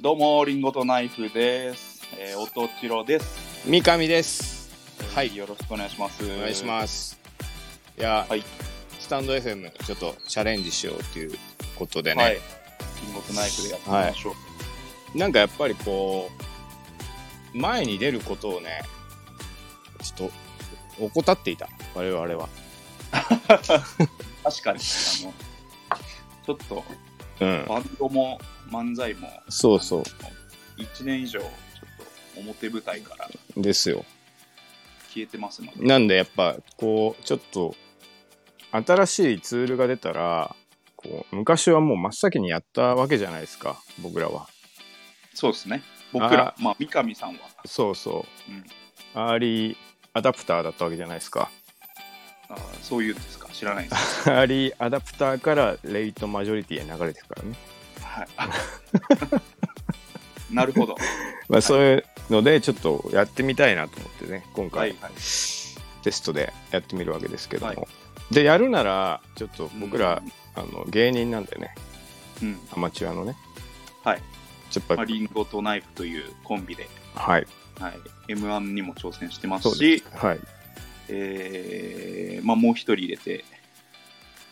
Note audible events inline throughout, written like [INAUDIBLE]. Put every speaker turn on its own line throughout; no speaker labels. どうも、リンゴとナイフです。えー、おとちろです。
三上です。はい
えーよろしくお願いします。
お願いし
す。
ます。いや、
はい
スタンド FM ちょっとチャレンジしようということでね、
はい。リンゴとナイフでやってみましょう。
なんかやっぱりこう前に出ることをねちょっと怠っていた我々は。
確かに、あの、ちょっと、
うん、
バンドも漫才も、
そうそ
1年以上、ちょっと表舞台から
うですよ。
消えてますので、
なんでやっぱこうちょっと新しいツールが出たらこう昔はもう真っ先にやったわけじゃないですか僕らは。
そうですね。僕ら、まあ、三上さんは、
そうそう
うん
アーリーアダプターだったわけじゃないですか。
あーそういうんですか、知らないです。
アーリーアダプターからレイトマジョリティへ流れてくからね、 [LAUGHS]
はい。なるほど。
まあ、そういうのでちょっとやってみたいなと思ってね今
はい
回
はい。
テストでやってみるわけですけども、
はい
でやるならちょっと僕ら、あの芸人なんでね
うん、うん。
アマチュアのね
はい。
やっぱ、
まあ、リンゴとナイフというコンビで、
はい
はい、M1 にも挑戦してま
そ
す
うで
し
す、はい
えーまあ、もう一人入れて、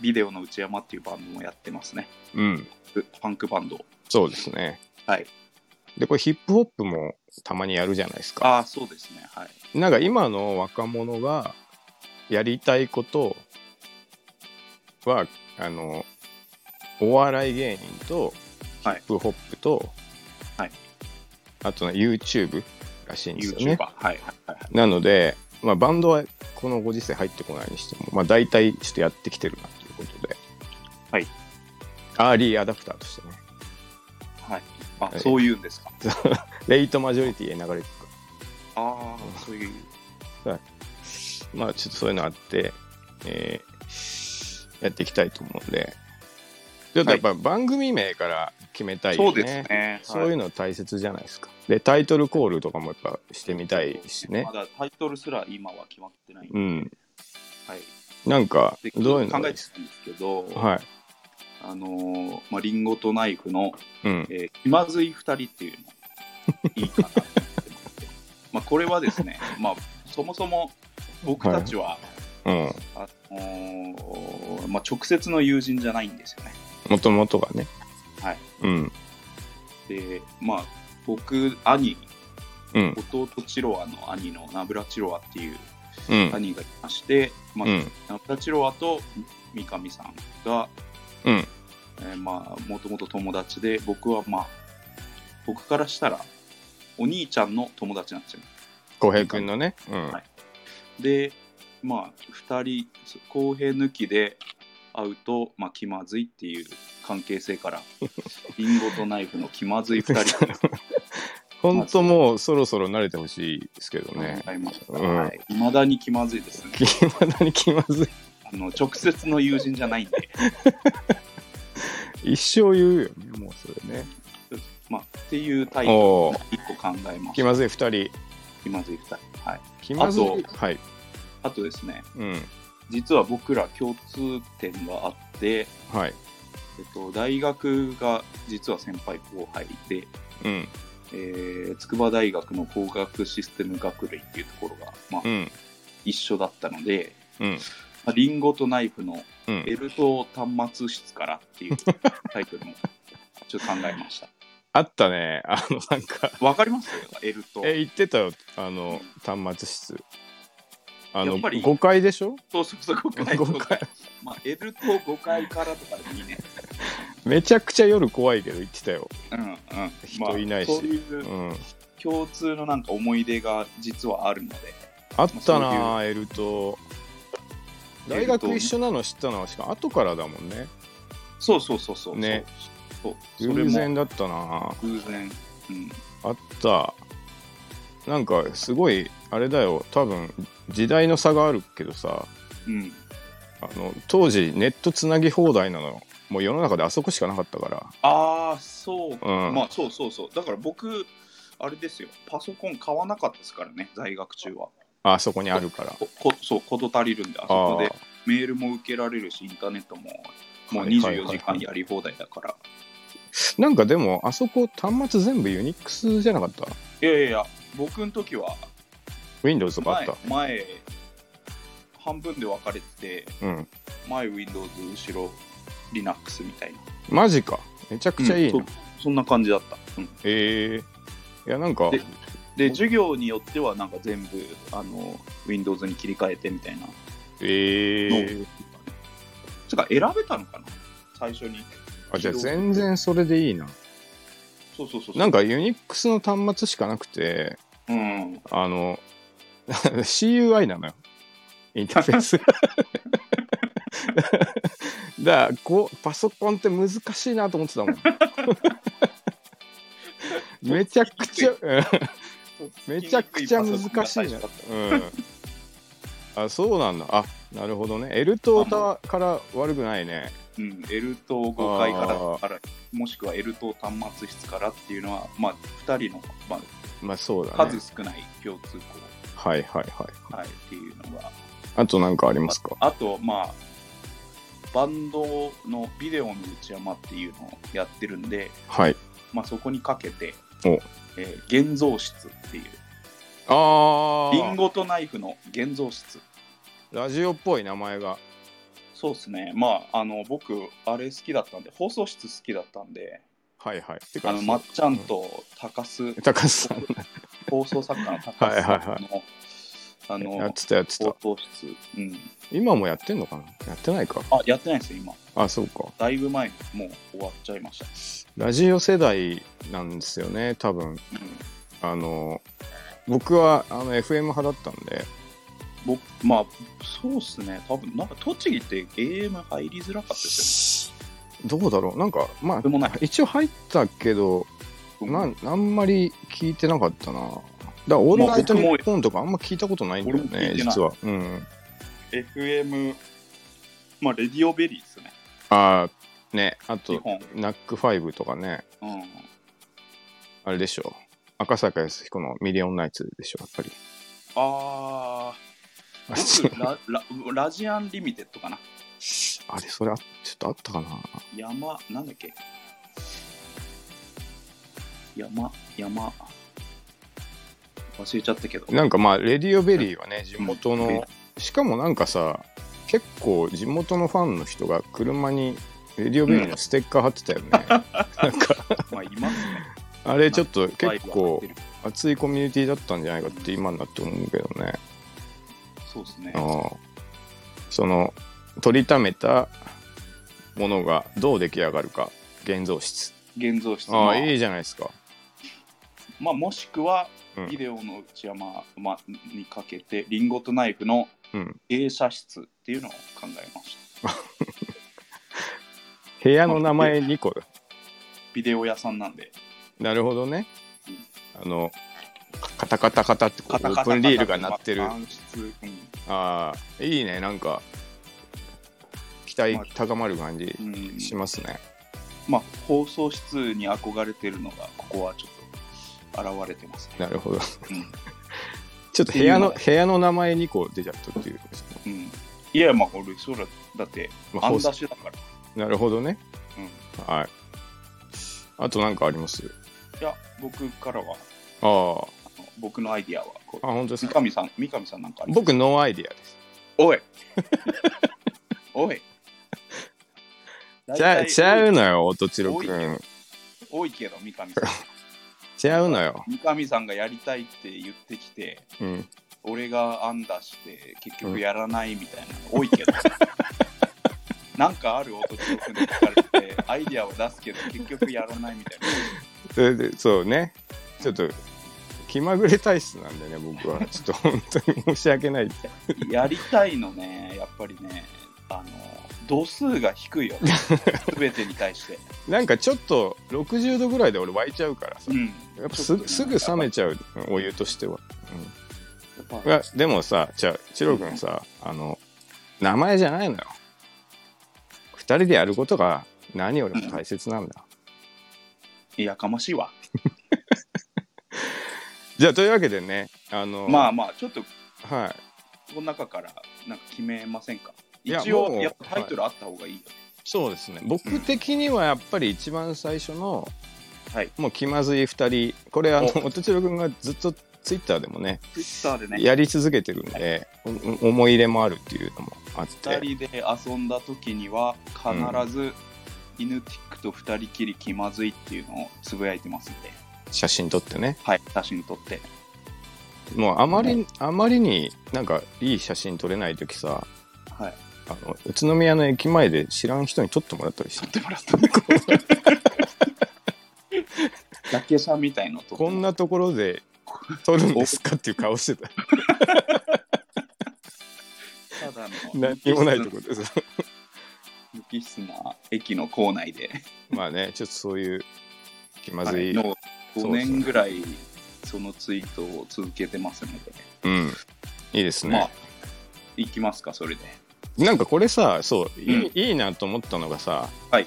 ビデオの内山っていうバンドもやってますね。
うん
フパンクバンド。
そうですね
はい。
でこれヒップホップもたまにやるじゃないですか
ああ、そうですね。はい。
なんか今の若者がやりたいことはあのお笑い芸人とヒ
はい
ップホップと、
はい
あとね YouTube らしいんですよ
YouTuber。は
ね。
い。はいはいはい。
なので、まあ、バンドはこのご時世入ってこないにしても、まあ、大体ちょっとやってきてるなということで、
はい、
アーリーアダプターとしてね
はい、あ、
はい
そういうんですか。
レイトマジョリティへ流れてく
ああ、そういう。
るまあちょっとそういうのあって、えーやっていきたいと思うんでちょっとやっぱ番組名から決めたいよね。
そうですね。
そういうの大切じゃないですか。で、タイトルコールとかもやっぱしてみたいしね
ま。だタイトルすら今は決まってないんで。
うん。
はい。
なんか
で、
どういうの
考
がい
え
いで
て
す
たんですけど、
はい。
あのーまあ、リンゴとナイフの
うん。
えー気まずい2人っていうのいいかなと思ってましてまあこれはです
[LAUGHS]
ね、まあ、そもそも僕たちは、
うん。
あのーまあ、直接の友人じゃないんですよね。
もともとがね。
はい、
うん。
で、まあ、僕、兄、
うん。
弟チロワの兄のナブラチロワっていう
うん。
兄がいまして、まあ
うん。
ナブラチロワと三上さんが、
うん。
えーまあ、もともと友達で、僕はまあ、僕からしたら、お兄ちゃんの友達なんですよね。
浩平君のね。うん
はい。で、まあ、2人、公平抜きで会うと、まあ、気まずいっていう関係性
[LAUGHS]
から、リンゴとナイフの気まずい2人と
ほんともうそろそろ慣れてほしいですけど [LAUGHS] ね。
会いました。
うん
はい未だに気まずいですね。
いまだに気まずい。
あの直接の友人じゃないんで、 [LAUGHS]
一生言うよね、もうそれね。
まあ、っていうタイプ1
おお。
個考えま
気
す。
まずい二人。
気まずい2人。はい。
気まずい
あ。
はい。
あとですね、
うん。
実は僕ら共通点があって、
はい。
えっと、大学が実は先輩後輩で、
うん。
えー筑波大学の工学システム学類っていうところが、まあ
うん。
一緒だったので、
うん。
まあ、リンゴとナイフの
うん。
ベルト端末室からっていう
[LAUGHS]
タイトルもちょっと考えました。
あったね。あの、なんか。
わかりますエルト。
え言ってたよあの端末室あの
やっぱり
5階でしょ
そうそうそう、5回、
誤解
5回。まあ、エルト5回からとかでもいいね。
めちゃくちゃ夜怖いけど言ってたよ
うんうん。まあ
人いないし
そういう
うん
共通のなんか思い出が実はあるので、
あっ
ま
たなあエルと
エル
大
と
学一緒なの知ったのはしかも後からだもんね
そうそうそうそう。
ね
そう。それ
偶然
も
だったな
偶然。うん。
あったなんかすごいあれだよ多分時代の差があるけどさ
うん。
あの当時ネットつなぎ放題なのよもう世の中であそこしかなかったから
ああ、そうか、
うん
まあそうそうそう。だから僕、あれですよ、パソコン買わなかったですからね、在学中は。
あそこにあるから
ここそう、こと足りるんで、あそこでメールも受けられるし、インターネットももう
はいはいはい
24時間やり放題だから。
なんかでも、あそこ端末全部ユニックスじゃなかった
いやいやいや、僕の時は
?Windows とかあっ
前
た。
前半分で分かれてて、
うん。
前 Windows、後ろ Linux みたいな。
マジか。めちゃくちゃいいな。
うんそそんな感じだった。うん
えー。いや、なんか、
でで、授業によってはなんか全部あの Windows に切り替えてみたいな。
えー。
つうか選べたのかな最初に。
あ、じゃあ全然それでいいな。
そうそうそうそう。
なんかユニックスの端末しかなくて、
うん。
あ [LAUGHS] の、CUI なのよ。インターフェー [LAUGHS] スが。だからこう、パソコンって難しいなと思ってたも [LAUGHS] ん。めちゃくちゃ、うんめちゃくちゃ難しいな。うん。あ、そうなんだ。あ、なるほどね。L 塔から悪くないね。
うん、L と5階か
あー
らからもしくは L と端末室からっていうのは、まあ、2人の、ま
まあそう
あ、
だね
数。少ない共通項、
はいはいはい。
はい、っていうのが
あとなんかありますか
ああと、まあ、バンドのビデオの内山っていうのをやってるんで、
はい。
まあ、そこにかけて
お、
えー現像室っていう
あ
リン
あ、
ゴとナイフの現像室
ラジオっぽい名前が。
そうですねまああの僕あれ好きだったんで放送室好きだったんで
はいはい。て
あのまっちゃんと高須
高須さん、
放送作家の高
はい
橋
は
さ
いはい
んの、あ
やっ
の、
てたやってた
放。送室、うん。
今もやってんのかなやってないか。
あ、やってないですよ、今。
あ、そうか。
だいぶ前にもう終わっちゃいました。
ラジオ世代なんですよね、多分。
うん、
あの、僕はあの FM 派だったんで、
僕、まあ、そうっすね、多分なんか栃木って AM 入りづらかったです
どうだろうなんか、ま
よ
あ
ね。で、もない。
一応入ったけど、なあんまり聞いてなかったな。だから、オールナイトニッポンとかあんま聞いたことないんだよ
俺も聞
ね、
いてない
実は。うん。
FM、まあ、レディオベリーですね、
ああ、ね、あ
基
と、
本。
ナック5とかね、
うん。
あれでしょ。赤坂康彦のミリオンナイツでしょ、やっぱり。
あ
あ
ー、
[LAUGHS]
僕ララ、ラジアンリミテッドかな。
あれ、それあ、ちょっとあったかな。
山、なんだっけ山、山。忘れちゃったけど。
なんかまあ、レディオベリーはね、地元の、しかもなんかさ、結構地元のファンの人が車に、レディオベリーのステッカー貼ってたよね。なんか、
まあ、いますね。
[LAUGHS] あれちょっと結
バイ
構
クが入ってる
熱いコミュニティだったんじゃないかって今になって思うけどね。
そうですね。
ああその、取りためたものがどう出来上がるか、現像室。
現像室ま
ああ、
あ
いいじゃないですか。
まあ、もしくは
うん、
ビデオの内山、まあ、にかけてリンゴとナイフの
うん
映写室っていうのを考えました
部屋の名前2個だ。
ビデオ屋さんなんで
なるほどね。あの、カタカタカタってこうオープンリールが鳴ってる。
暗室
ああ、いいね、なんか、期待高まる感じ
うんうん
しますね。
まあ、放送室に憧れてるのがここはちょっと現れてますね
なるほど。
うん
[LAUGHS] ちょっと部屋の、部屋の名前2個出ちゃったっていう。
うんいやまあ俺それだって
まあ
ア
放
ン
送
ダッシュだから、
なるほどね。
うん、い
はい。あとなんかあります
や僕からは
ああ、
あの僕のアイディアはこう
あ、本当です
三
か。
上さん三上さんなんかあります
僕、ノーアイディアです。
お
[LAUGHS]
いおい
ちゃちゃう
の
のよ、音千代く
多い
ん。
多いけど三上さん
ちゃうのよ。
三上さんがやりたいって言ってきて
うん。
俺が案出して結局やらないみたいなの多い
[LAUGHS]
けど、なんかある音強くに聞かれてアイディアを出すけど結局やらないみたいな
それで、そうね。ちょっと、気まぐれ体質なんでね、僕 [LAUGHS] は。ちょっと本当に申し訳ない。
やりたいのねやっぱりねあの度数が低いよね全てに対して
なんかちょっと60度ぐらいで俺湧いちゃうからさ、
ん
やっぱすすぐ冷めちゃうお湯としては、
やっ
い
ぱ
やでもさじゃあチロ君さ、あの名前じゃないのよ2人でやることが何よりも大切なんだ、
いやかましいわ
じゃあというわけでねあの
まあまあちょっと
あはい
この中からなんか決めませんか
いや
一応
もう
やっぱタイトルあった方がいいよね、
そうですね僕的にはやっぱり一番最初の、
はい
もう気まずい2人これあの
お
音千代君がずっとツイッターでもね
ツイッターでね、
やり続けてるんで、お思い入れもあるっていうのもあって
2人で遊んだ時には必ず、イヌティックと2人きり気まずいっていうのをつぶやいてますんで、
写真撮ってね
はい、写真撮って。
もうあまり、あまりになんかいい写真撮れない時さ
はい、
あの宇都宮の駅前で知らん人に撮ってもらったりし
撮
て
ってもらったね。だけさんみたいの撮って
こ
も
ん
らっ
なところで撮るんですかっていう顔し
[LAUGHS]
てた
たただの
何にもないところです
無機質な駅の構内で、
まあねちょっとそういう気まず、
はいの
そ
5
うですね
年ぐらいそのツイートを続けてますので、
うんいいですね、
まあ行きますかそれで
なんかこれさそういい,、
うん
いいなと思ったのがさ、
はい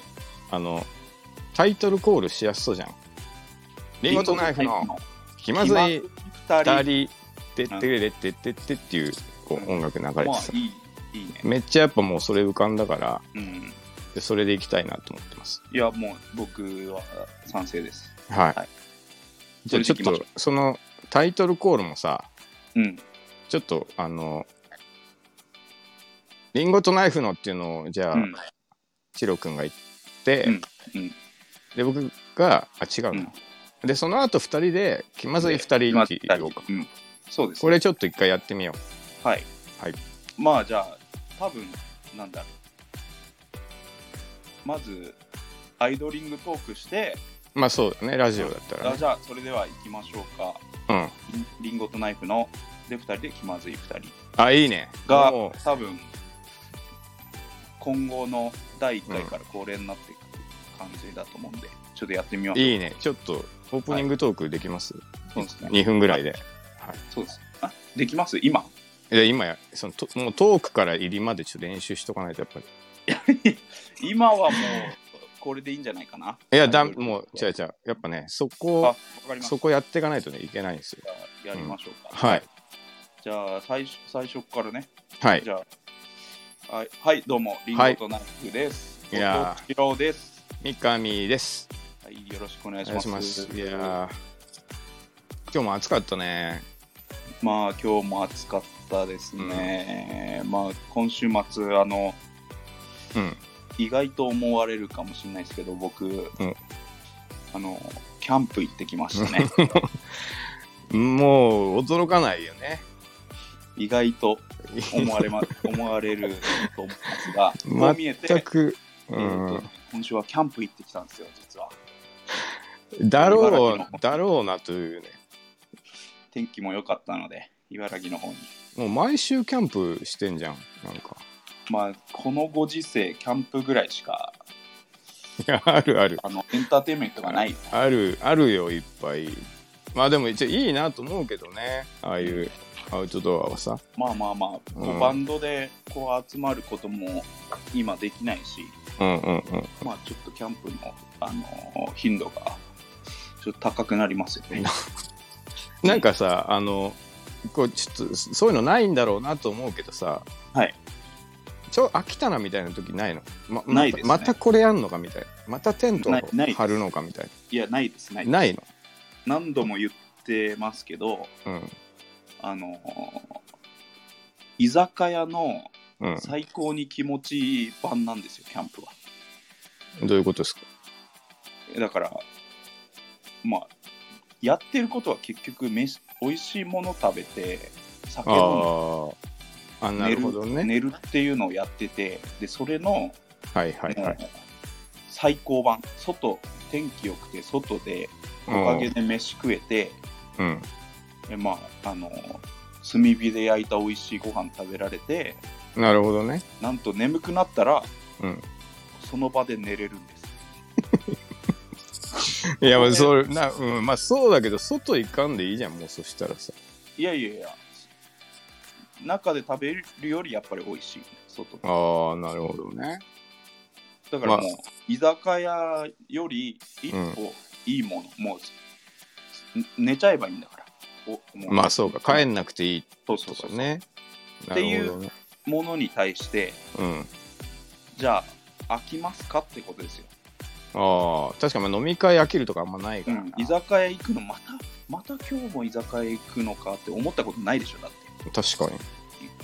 あのタイトルコールしやすそうじゃん「リンゴとナイフの気まずい
2人
2人でってれってってって」っていうこう
う
音楽流れて
まあ
さ
いいいいね、
めっちゃやっぱもうそれ浮かんだから
うん、
でそれでいきたいなと思ってます
いやもう僕は賛成です
はい、
はい
じゃあちょっ
それでいき
とそのタイトルコールもさ
うん
ちょっとあの「リンゴとナイフの」っていうのをじゃあ、
うん
チロ君が言って、
うんうん
で僕があ違うな、
うん
でその後二人で気まずい二人
今
って言おうか
うんそうです
これちょっと一回やってみよ
はい、
はい、
まあじゃあ多分なんだろうまずアイドリングトークして、
うまあそうだねラジオだったら、
あ
ね
じゃあそれでは行きましょうか
うん
リンゴとナイフので2人で気まずい2人
あいいね
が
も
多分今後の第1回から恒例になっていく感じだと思うんで、ちょっとやってみま
う
す
いいねちょっとオープニングトークできます、
そうですね
2分ぐらいで,、
そうですあできます今
で今やそのともうトークから入りまでちょっと練習しとかないとやっぱり
今はもうこれでいいんじゃないかない
いやだ
ろろ
もう違う違うやっぱねそ
あわ
こ
かりました
そこやっていかないとねいけないんですよ
じゃあやりましょうか、
はい
じゃあ最初最初からね
はい
じゃあはい、はい、どうもリンゴとナイフです、
いや
ー郎です
三上です
はいよろしくお願い
お
し
願い
ま
し
す
ますいやー今日も暑かったね
まあ今日も暑かったですね、まあ今週末あの
うん
意外と思われるかもしれないですけど僕、
ん
あのキャンプ行ってきました
[LAUGHS]
ね
もう驚かないよね。
意外と思われ
[LAUGHS]
ま思われると思いますがこう見えて、
全く、
え
う
ー
ん
と、今週はキャンプ行ってきたんですよ実は
だろ
茨城
う、だろうなというね。
天気も良かったので茨城の方に
もう毎週キャンプしてんじゃん、なんか。
まあこのご時世キャンプぐらいしか
いや、あるある。
あのエンターテインメントがない
ある、あるよ、いっぱい。まあでも一応いいなと思うけどね、ああいうアウトドアはさ。
まあまあまあ、こう
うん
バンドでこう集まることも今できないし、
うんうんうん。
まあちょっとキャンプの、あのー頻度がちょっと高くなりますよね。
なんかさ、あの、こうちょっとそういうのないんだろうなと思うけどさ、
はい。
ちょ飽きたなみたいな時ないの、ま、また
ないですね
またこれやんのかみたいなまたテントを
ないないです
張るのかみたいない
や、ないです、ないです
ないの、
何度も言ってますけど、
うん
あのー居酒屋の
うん、
最高に気持ちいい版なんですよ、キャンプは。
どういうことですか
だから、まあ、やってることは結局飯、美味しいもの食べて、酒
あ
飲んで
ーあなるほどね
寝るっていうのをやっててでそれの、
はいはいは
もう
い、
最高版外天気良くて外でお
うん、
かげで飯食えて、
うん
でまああの炭火で焼いた美味しいご飯食べられて
なるほど
[LAUGHS]
ね
なんと眠くなったら
うん
その場で寝れるんです
いや
こ
ま
れ
あそれな、うん、まあそうだけど外行かんでいいじゃんもうそしたらさ
いやいやいや中で食べるよりやっぱり美味しい外
ああなるほどね
だから
まあ
もう、居酒屋より一歩いいもの、もう寝ちゃえばいいんだからおもう
まあそうか帰んなくていい
そうそ
と
うそ
か
う
ね
っ
な
ていう
るほどね
ものに対して
うん
じゃあ飽きますかってことですよ。
ああ、確かにまあ飲み会飽きるとかあんまないからな、
居酒屋行くのまたまた今日も居酒屋行くのかって思ったことないでしょだって
確かに。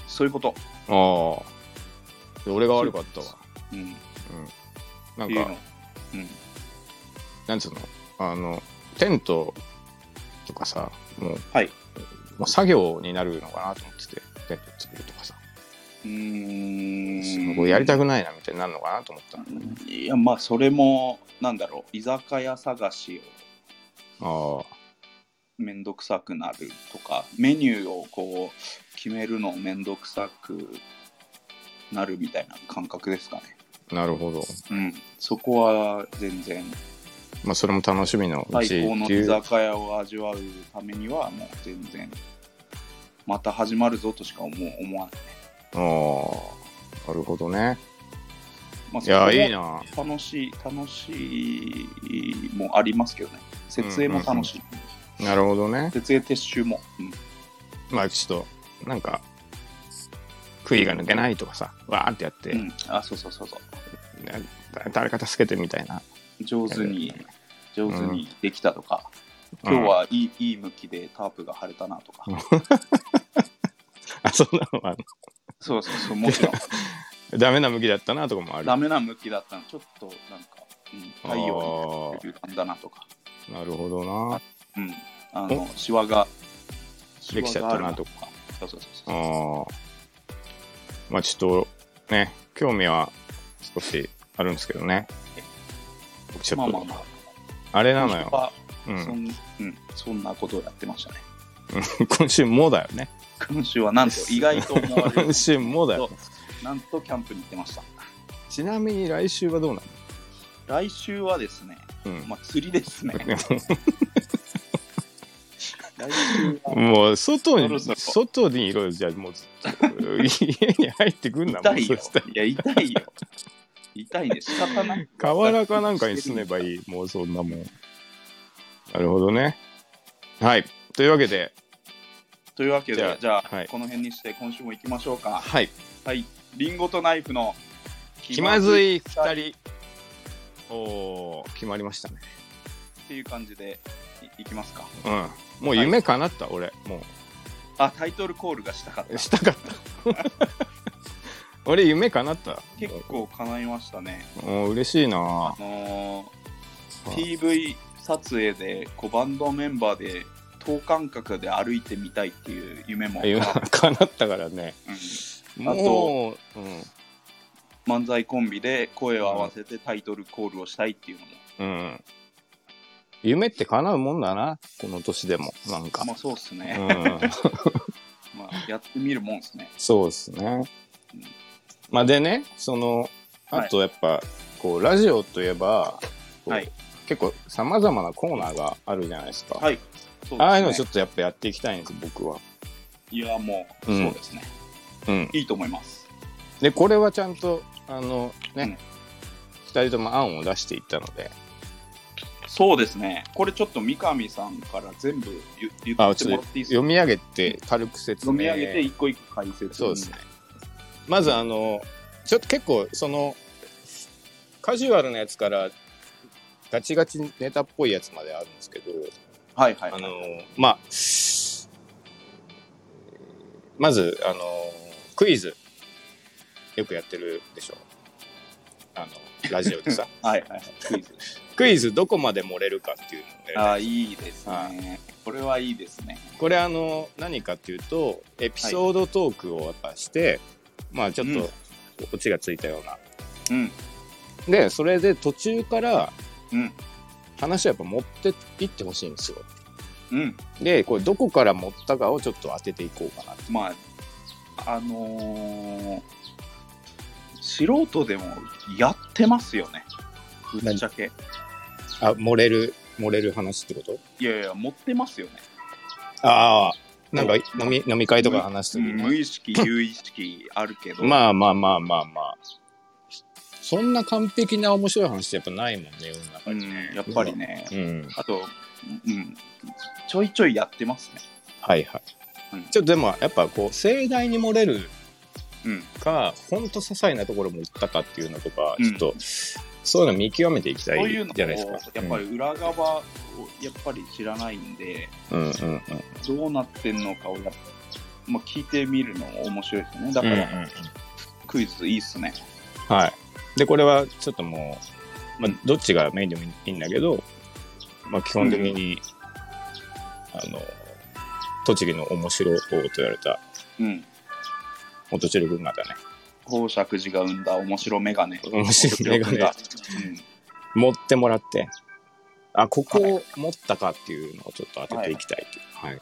そういうこと、
ああ。で俺が悪かったわ。
うん、っ
うん。な
て
ん
いう
か
の、うん、
なんつうのあの、テントとかさ、もう、
はい
もう作業になるのかなと思ってて、テント作るとかさ、
うーん
もうやりたくないなみたいになるのかなと思った。
いやまあそれもなんだろう居酒屋探しを
あ
めんどくさくなるとかメニューをこう決めるのめんどくさくなるみたいな感覚ですかね
あ、なるほど。
うんそこは全然
まあ、それも楽しみのう
最
ち
高の
って
居
いう。
酒屋を味わうためにはもう全然また始まるぞとしか思う思わない、
ああ、なるほどね。
まあ
いや、
そこも
いいな。
楽しい楽しいもありますけどね設営も楽しい、
なるほどね。
設営撤収も、うん
まあ、ちょっと、なんか、杭が抜けないとかさ、わーってやって、
うん、あそうそうそうそ
な誰か助けてみたいな。
う上手に上手にできたとか、
うん
今日はいいいい向きでタープが張れたなとか、
うんあ、そんなのは、
そうそう
[LAUGHS]
そうもちろん
ダメな向きだったなとかもある。
ダメな向きだったのちょっとなんか、うん、太陽に浮かんだなとか、
なるほどな。
うん、あのシワが
できちゃったなとか
シワがあるなそうそうそう
あ
そう
ーまあちょっとね、興味は少しあるんですけどね。僕ちょ
ま
っ
あ
と、
まあまあ
あれな
今
の
週
よ。
は
う
そ
ん、
んうん、そんなことをやってましたね
今週もだよね。
今週はなんと意外と思われる
今週もだよね。
なんとキャンプに行ってました
ちなみに来週はどうな
来週はですね、
の、
まあ、釣りです
[LAUGHS]
ね来週は
うん、もう外
そろ
に、
そろ
外にいろよ。じゃあもうずっと家に入ってくんなも
痛
う
い
そ
よ
したら。
いや、痛いよ。痛いね、仕方ない。
河原かなんかに住めばいい。もうそんなもん。なるほどね。はい。というわけで、
というわけで、
じ
じ
ゃあ
ゃあ、
はい
この辺にして、今週も行きましょうか。
はい。
はい、リンゴとナイフの
気まず
い
い2人おー決まりましたね
っていう感じでいいきますか。
うんもう夢叶った、俺も
あ、タイトルコールがしたかっ
う
た。
したかった [LAUGHS] 俺夢叶った
結構叶いましたね。
もう嬉しいな
あのー
はい
PV 撮影でこうバンドメンバーで等間隔で歩いてみたいっていう夢も、う
夢
ん
叶ったからね
あと
もう、うん
漫才コンビで声を合わせてタイトルコールをしたいっていうのも、
うん、夢って叶うもんだなこの年でもなんか、
まあそうっすね。
うん、
まあ、やってみるもんですね。
そうですね
うん
まあでねそのあとやっぱ、こうラジオといえばこう
はい
結構さまざまなコーナーがあるじゃないですか、
はい。そうですね、
ああいうのちょっとやっぱやっていきたいんです僕は。
いや、もう、
うん
そうですね。
うん、
いいと思います。
でこれはちゃんとあの
う
ね
ん、
二人とも案を出していったので
そうですね。これちょっと三上さんから全部言言
あ
って
ち
も
ょっ
ら
と
っていいです
読
か
み上げて軽く説明
読み上げて一個一個解説。
そうですね。まずあのちょっと結構そのカジュアルなやつからガチガチネタっぽいやつまであるんですけど、
はいはい、
あ
はい。
のまあまずあのクイズよくやってるでしょあのラジオ
[LAUGHS]
でさ
はいはいはい。クイズ。
クイズどこまで漏れるかっていうのをね
ああ、いいです
は
ね。これはいいですね。
これあの何かっていうとエピソードトークをやっぱして、まあちょっ
うん
とオチがついたような、
うん。
でそれで途中から
うん。
話をやっぱ持っていってほしいんですよ
うん。
でこれどこから持ったかをちょっと当てていこうかな
まあ、あのー素人でもやってますよね。ぶっちゃけ。
あ漏れる漏れる話ってこと
いやいや、持ってますよね。
ああ、なんか
う
飲み飲み会とか話す
う
とき
ん
ね、
無意
[LAUGHS]
識、有意識あるけど。
まあまあまあまあまあ。そんな完璧な面白い話ってやっぱないもんね、世の中
う
に。
ん、やっぱりね、
うん。
あと、うん、ちょいちょいやってますね。
はいはい。
うん
ちょっとでもやっぱこう、盛大に漏れる
うん。
か、ほんと些細なところも言ったかっていうのとか、
うん
ちょっと、そういうの見極めていきた
そう
い
いうの
じゃないですか
を。やっぱり裏側をやっぱり知らないんで、
うん、うん、うんうん。
どうなってんのかをやっぱ、まあ、聞いてみるのも面白いですね。だ
う
か
んう
ら
ん
クイズいいっすね。
はい。で、これはちょっともう、まあ、どっちがメインでもいいんだけど、まあ、基本的に、あの、栃木の面白王と言われた
うん。
元千力群馬だね。
宝石寺が生んだ面白メガネ。
面白いメガネ
が。
持ってもらって、あ、ここを持ったかっていうのをちょっと当てていきたいという。はい。
う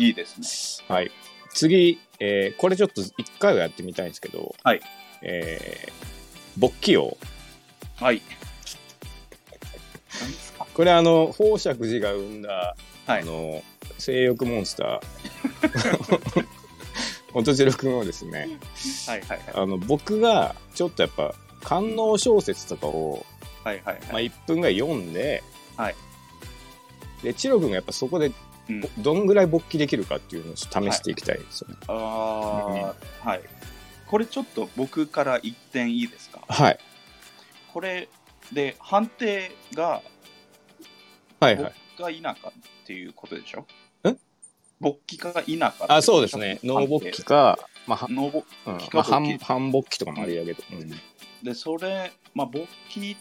ん、いいですね。
はい。次、えーこれちょっと一回はやってみたいんですけど、
はい。
えー、勃起王。
はい。
これあの、宝石寺が生んだ、
はい
あの、性欲モンスター。
[LAUGHS]
音白くんをですね、
はいはい
あの、僕がちょっとやっぱ、官能小説とかを、
はい。はい
ま
は
あ、
い。
1分ぐらい読んで、
はい
で、チロ君がやっぱそこで
うん
ぼどんぐらい勃起できるかっていうのをちょっと試していきたいですよね。
ああ、はい。これちょっと僕から一点いいですか
はい。
これで判定が
はい
僕
は
が
い。
否かっていうことでしょ
え
勃起か否かってい
あ、そうですね。脳勃起か、まあ、は
ノーボ
うん
気
ま
化
あ、
勃起
半半勃起とかもありだけど。うん
でそれ、まあ、勃起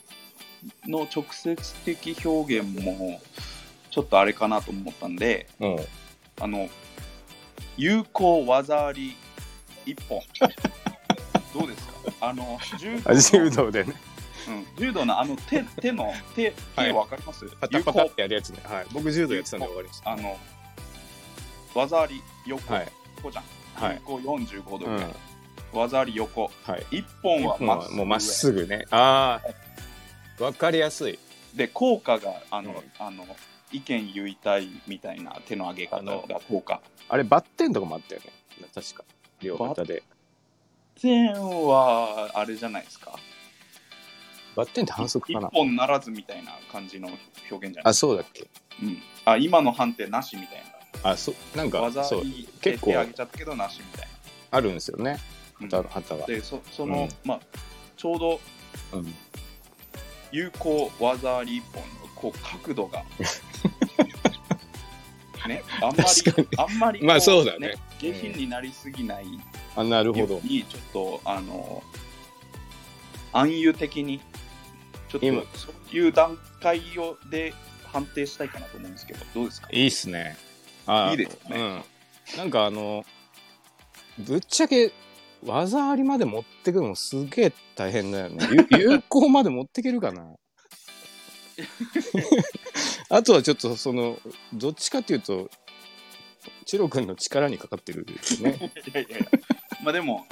の直接的表現もちょっとあれかなと思ったんで
うん
あの有効技あり一本 [LAUGHS] どうですかあの柔道
あ
の
柔道でね。
うん柔道のあの手手の手
はい
手わかります、
パタ
有
パタっ
効
てやるやつね。はい。僕柔道やってたんでわかります。
あの技あり横、
はい。
こうじゃん、
はい
横45度ぐ
う
ら
ん
い、。技あり横
はい。
一本は
もうもうま
ま
っ
っ
す
す
ぐね。ああ。わかりやすい。
ぐで効果があの、
うん
あの意見言いたいみたいな手の上げ方が効果
あれ、バッテンとかもあったよね。確か。両肩で。
点はあれじゃないですか
バッテンって反則
一
かな。
本ならずみたいな感じの表現じゃない
あ、そうだっけ。
うん、あ今の判定なしみたい
あ、そう、なん
な
か、
技
そう、
に手
結構
手上げちゃったけどなしみたい
あるんですよね。
な、う
旗
ん
が。旗が
でそその、
うん
まあちょうど
うん。
有効技あり一本のこう角度
[LAUGHS]
がねあんま
確かに
りあんまりこ
まあそうだね
下品になりすぎないよ
あ、なる
うに、
ほど。
ちょっとあの暗喩的にちょっと
今
そういう段階をで判定したいかなと思うんですけどどうですか
いいっすね。あー
いいですね。
うん。なんかあの、ぶっちゃけ、技ありまで持ってくるのすげえ大変だ
[LAUGHS]
よね。ゆ有効まで持ってけるかなあとはちょっとその、どっちかっていうと、チロ君の力にかかってるね。
いやいやいやまあでも、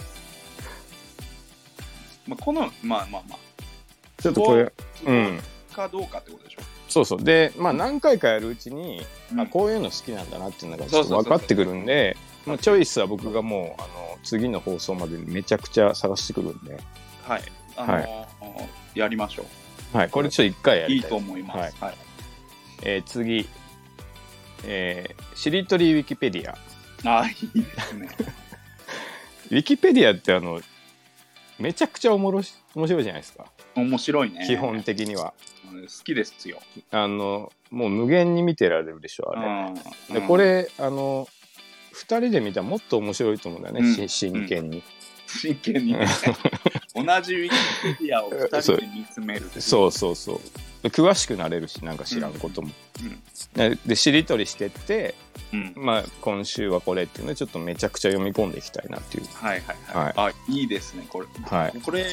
まあ、このまあまあまあ
[LAUGHS] ちょっとこれ、
そ
うん。
かどうかってことでしょ、
そうそう。で、まあ何回かやるうちに、
う
あ
ん
こういうの好きなんだなっていうのがち
そ
ょ
う
っ
そう
と
そう
分かってくるんで、まあ、チョイスは僕がもうあの次の放送までにめちゃくちゃ探してくるんで、
はいあのーやりましょ
はい、これちょっと一回や
うい
り
い
たい
と思います、はい
えー次、えーしりとりウィキペディア
あいいですね。
ウィキペディアってあのめちゃくちゃおもろし面白いじゃないですか、
面白いね。
基本的には
好きですよ。
あのもう無限に見てられるでしょあれ、
うん
でこ、れあの2人で見たらもっと面白いと思うんだよね、
うん
し真剣に、
真剣
[LAUGHS]
にね、同じウィキペディアを2人で見つめる。う。
そうそうそうで詳しくなれるしなんか知らんことも、
うん
ででしりとりしてって、
うん、
まあ、今週はこれっていうのをちょっとめちゃくちゃ読み込んでいきたいなっていう
はいはい
は
はいい。あいいですね、これ。
はい
これ、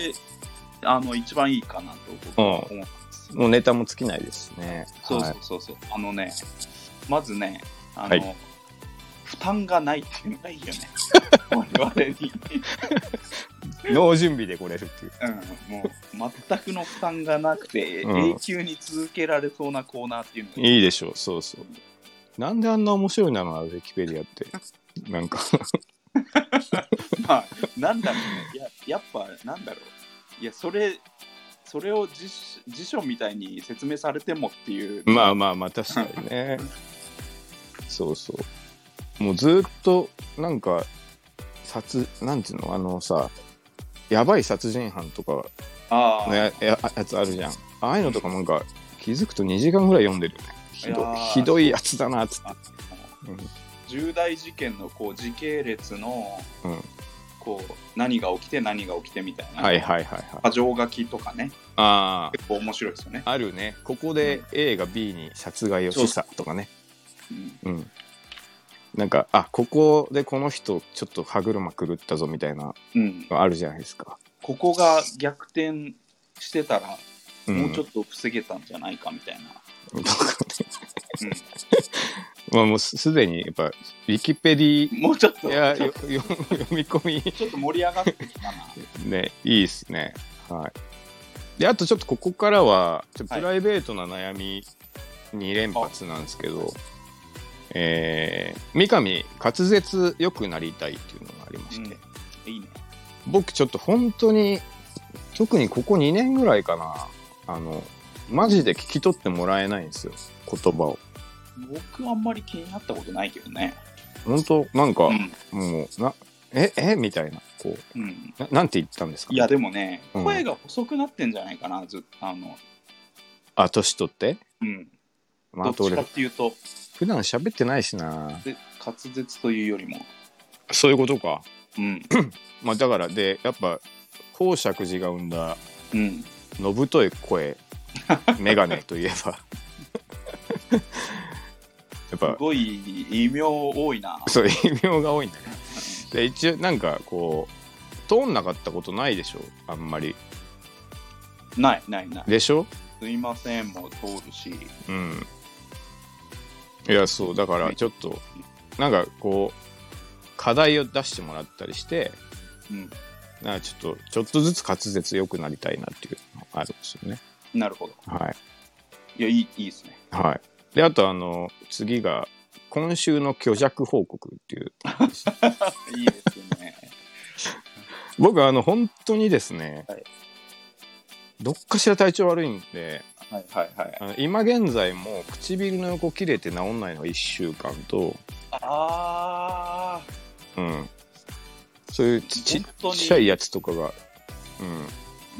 あの、一番いいかなと僕は思います。
もうネタも尽きないですね
そう
は
そう
い、
そうそう、あのね、まずね、あの、
はい
負担がないっていうのがい
[LAUGHS]
いよね。我々に、
脳準備でこれるっていう
うん、もう全くの負担がなくて、
うん
永久に続けられそうなコーナーっていうのがいい
いいでしょうそうそうなんであんな面白いなのウィキペディアってなんか [LAUGHS]
まあ、なんだろうね、いややっぱなんだろう、いや、それ、それを辞書辞書みたいに説明されてもっていう、
まあまあまあ確かにねそうそうもうずっとなんか殺なんていうのあのさやばい殺人犯とか
ああ、
のやややつあるじゃんああいうのとかもなんか気づくと2時間ぐらい読んでるよねひ
いや
ど
ー
ひどいやつだなっつって
あ
うん
重大事件のこう時系列の、
うん
こう何が起きて何が起きてみたいな、
はいはいはいはい
過剰書きとかね
あ
結構面白いですよね、
ああるねここで A が B に殺害をしたとかね
うん
うんなんかあここでこの人ちょっと歯車狂ったぞみたいな
うん、
のあるじゃないですか、
ここが逆転してたら
うん、
もうちょ
っ
っと防げたんじゃないかみたいな、
とまあもうすでにやっぱウィキペディ
もうちょっと
いや
ちょ
よよ読み込
ちょっと盛り上がってきたな
みねいいっすねはいであとちょっとここからはちょっと
はい
プライベートな悩み2連発なんですけど、えー三上滑舌良くなりたいって [LAUGHS] いうのがありまして、
いいね
僕ちょっと本当に特にここ2年ぐらいかなあのマジで聞き取ってもらえないんですよ言葉を
僕あんまり気になったことないけどね
本当なんか、
うん、
もうなええみたいなこう
うん、
ななんて言ったんですか
いやでもね、
うん
声が細くなってんじゃないかなずっとあの
あ年取って
うん
まあ、
ど
あ
っ
と
ちか
俺
っていうと
普段喋ってないしな
で滑舌というよりも
そういうことか [LAUGHS]
うん
まあだからでやっぱ公爵寺が生んだ
うん
のぶとい声メガネといえばやっ
す
ぱ
ごい異名多いな
そう異名が多いんだねで一応なんかこう通んなかったことないでしょあんまり
ないないない
でしょ
すいませんも通るし
うんいやそうだからちょっとなんかこう課題を出してもらったりして
うん
なんかちょっと、ちょっとずつ滑舌良くなりたいなっていうのがあるんですよね。
なるほど
は
い
い。
やいいいいですね
はい。で、あと、あの、次が、今週の虚弱報告っていう。
いいですね
僕、あの、本当にですね、
はい
どっかしら体調悪いんで、
[LAUGHS] はいはいはい
あの今現在も唇の横切れて治んないのが1週間と、
あ
うん。そういうちちっ
本当に
ちゃいやつとかが、うん。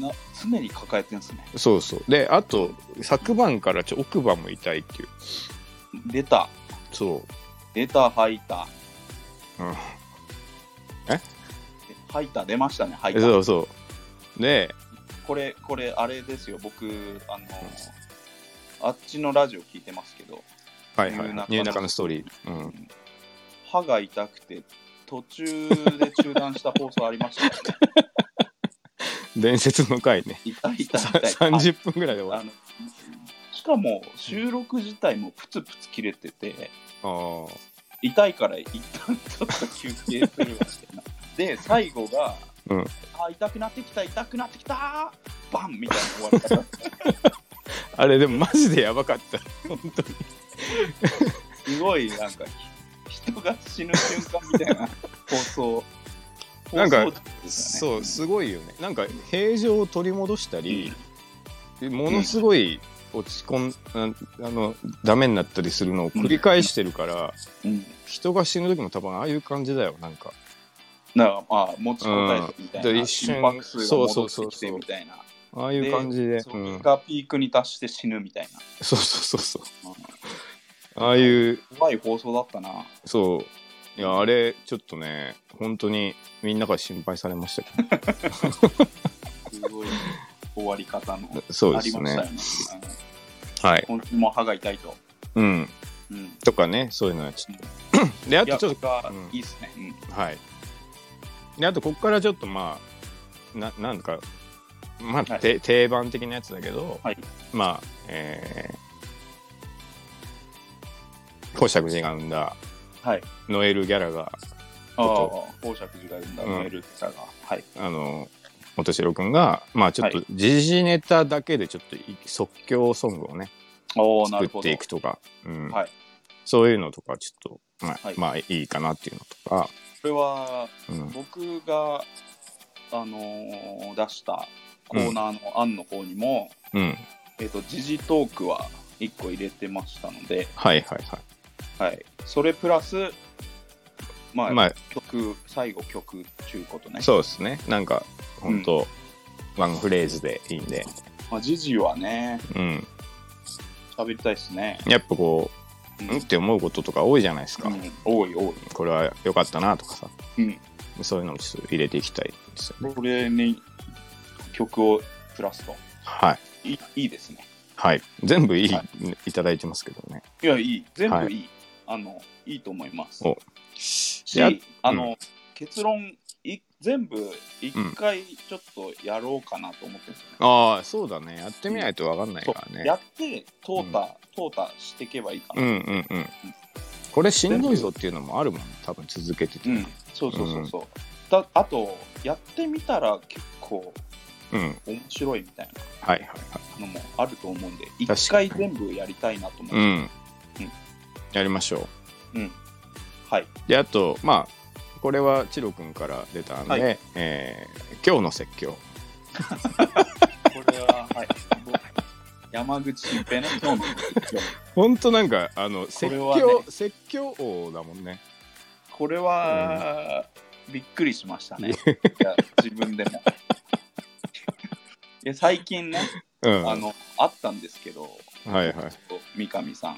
ーな常に抱えてんすね
そうそう。で、あと、昨晩からちょ奥歯も痛いっていう。
出た
そう。
出た吐いた
うん
吐いた出ましたね吐いた
そうそう。で、
これこれあれですよ僕あのあっちのラジオ聞いてますけど
はいは
ニ
い
ューナカ。
ニューナカのストーリー。うん。
歯が痛くて途中で中断した放送ありましたよね
伝説の回ね。
痛い痛い
さ
痛い
30分ぐらいで終わ
あ
る。
のしかも収録自体もプツプツ切れてて
あー
痛いから一旦ちょっと休憩するわけ
[LAUGHS]
なで最後が、
うん
あ痛くなってきた痛くなってきたバンみたいな終わり方
あれでもマジでやばかった。
すごいなんか人が死ぬ瞬間みたいな
[LAUGHS]
放送
なんか
放送ですよ
そ
ね
う、すごいよね。なんか平常を取り戻したり、ものすごい落ち込ん、ああの、ダメになったりするのを繰り返してるから、
うん、
人が死ぬ時も多分ああいう感じだよ、なんか。
だからまあ持ちこたえてみたいな、
うんで一瞬
心拍数が戻ってきてみたいな
ああいう感じで。
そうれ
ん、
がピークに達して死ぬみたいな、
そうそうそうそ
う
う。
ん
ああいう
怖い放送だったな
そう。いや、あれ、ちょっとね、本当にみんなから心配されましたけ
すごい終わり方の
ど。そう
あ
で
り
す
ましたよ
ね。
ね。
はい。
本当にもう歯が痛いと。
うん。
うん、
とかね、そういうのはちょっと。で、あ
いや
とちょっ
僕は
うん
いいっすね。うん
と、はい。で、あと、ここからちょっとまあ、な、なんか、まあ、
はい
て定番的なやつだけど、
はい
まあ、えー、公爵寺が生んだ
はい。
ノエル・ギャラが、
ああ
と、
公爵寺が生んだ
うん
メールさが、はい。
あの、元城くんが、まあちょっと
は
時事ネタだけでちょっとい即興ソングをね、
おお、な
作
る
っ
ほ
て
ど
い。くとか、うん
はい
そういうのとかちょっと、まあ
はい
まあいいかなっていうのとか、
これは
うん
僕が、あのー出したコーナーの案の方にも、
うん、
えっと、時事トークは1個入れてましたので、
はいはいはい
はい。それプラス、まあ、
まあ
曲、最後曲ちゅうことね。
そうですねなんか本当、ワンフレーズでいいんで
まあ、ジジはね、
うん
喋りたいですね。
やっぱこ
う
うんうんって思うこととか多いじゃないですか、
うん多い多い。
これは良かったなとかさ、
うん
そういうのもちょっと入れていきたいですよね
これに曲をプラスと。
はい
いいいいですね。
はい全部いい、、
はい
ただいてますけどね
いや、いい。全部いい。
は
あの、いいと思います
お。
し
じゃあ、
あの、結論、い全部一回ちょっとやろうかなと思ってるんですよね。
ああそうだねやってみないと分かんない
そ
から
う
ね
やって、淘汰、淘汰していけばいいか
う
な。
んうんうんこれしんどいぞっていうのもあるもん多分続けてて
うん、そうそうそうそう。だあと、やってみたら結構
うんはい
面白いみたい
はいはい
なのもあると思うんで、
かに
一回全部やりたいなと思
う
いま
んやりましょう
す。うん。はい。
であとまあこれはチロ君から出たんで、
は
えー今日の説教
これは、はい。山口ペの興味。
ほんとなんかあの説
これは
教、
ね
説教王だもんね
これは、びっくりしましたね。いや自分でも。いや最近ね、
うん
あの、あったんですけど、
はいはい
三上さん、
う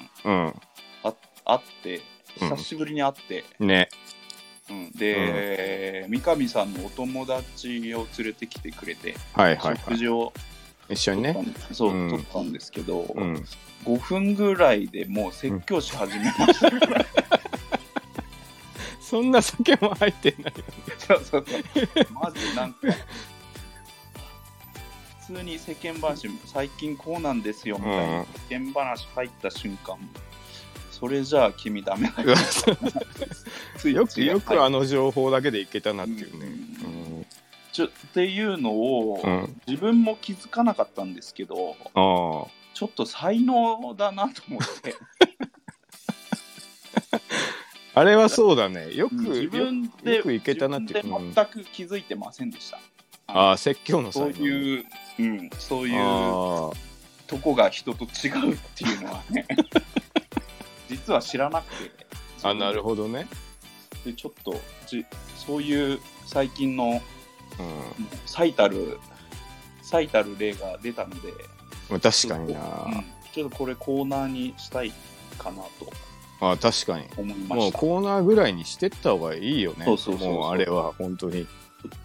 あ会って、
うん
久しぶりに会って、
んね
うんで、三上さんのお友達を連れてきてくれて、
はいはいは
食事を
い一緒に
取った
ね
んそう、
うん
取ったんですけど、
うん
5分ぐらいでもう説教し始めました。
そんな酒も入って
[LAUGHS]
ない
そうそうそう。まずなんか、普通に世間話、最近こうなんですよみたいな、
うん
世間話入った瞬間、それじゃあ君ダメだよ。つい
よくよく
は
あの情報だけでいけたなっていうね
うんちょっていうのを、
うん、うん、
自分も気づかなかったんですけど、
ああ
ちょっと才能だなと思って、
あれはそうだねよく、
自
よ
分で
よくいけたなっていう
自分で全く気づいてませんでした。
ああ説教の才
そう
能
いう、うん、そういう
ああ
とこが人と違うっていうのは
[LAUGHS]
ね実は知らなくて
あなるほどね、
でちょっとじそういう最近のも
うん
う最たる最たる例が出たので
まあ、確かにな、
うんちょっとこれコーナーにしたいかなと
あ確かに
思いま
もう
したちょ
コーナーぐらいにしてった方がいいよね
そうそうそうそう
もうあれは本当に
っ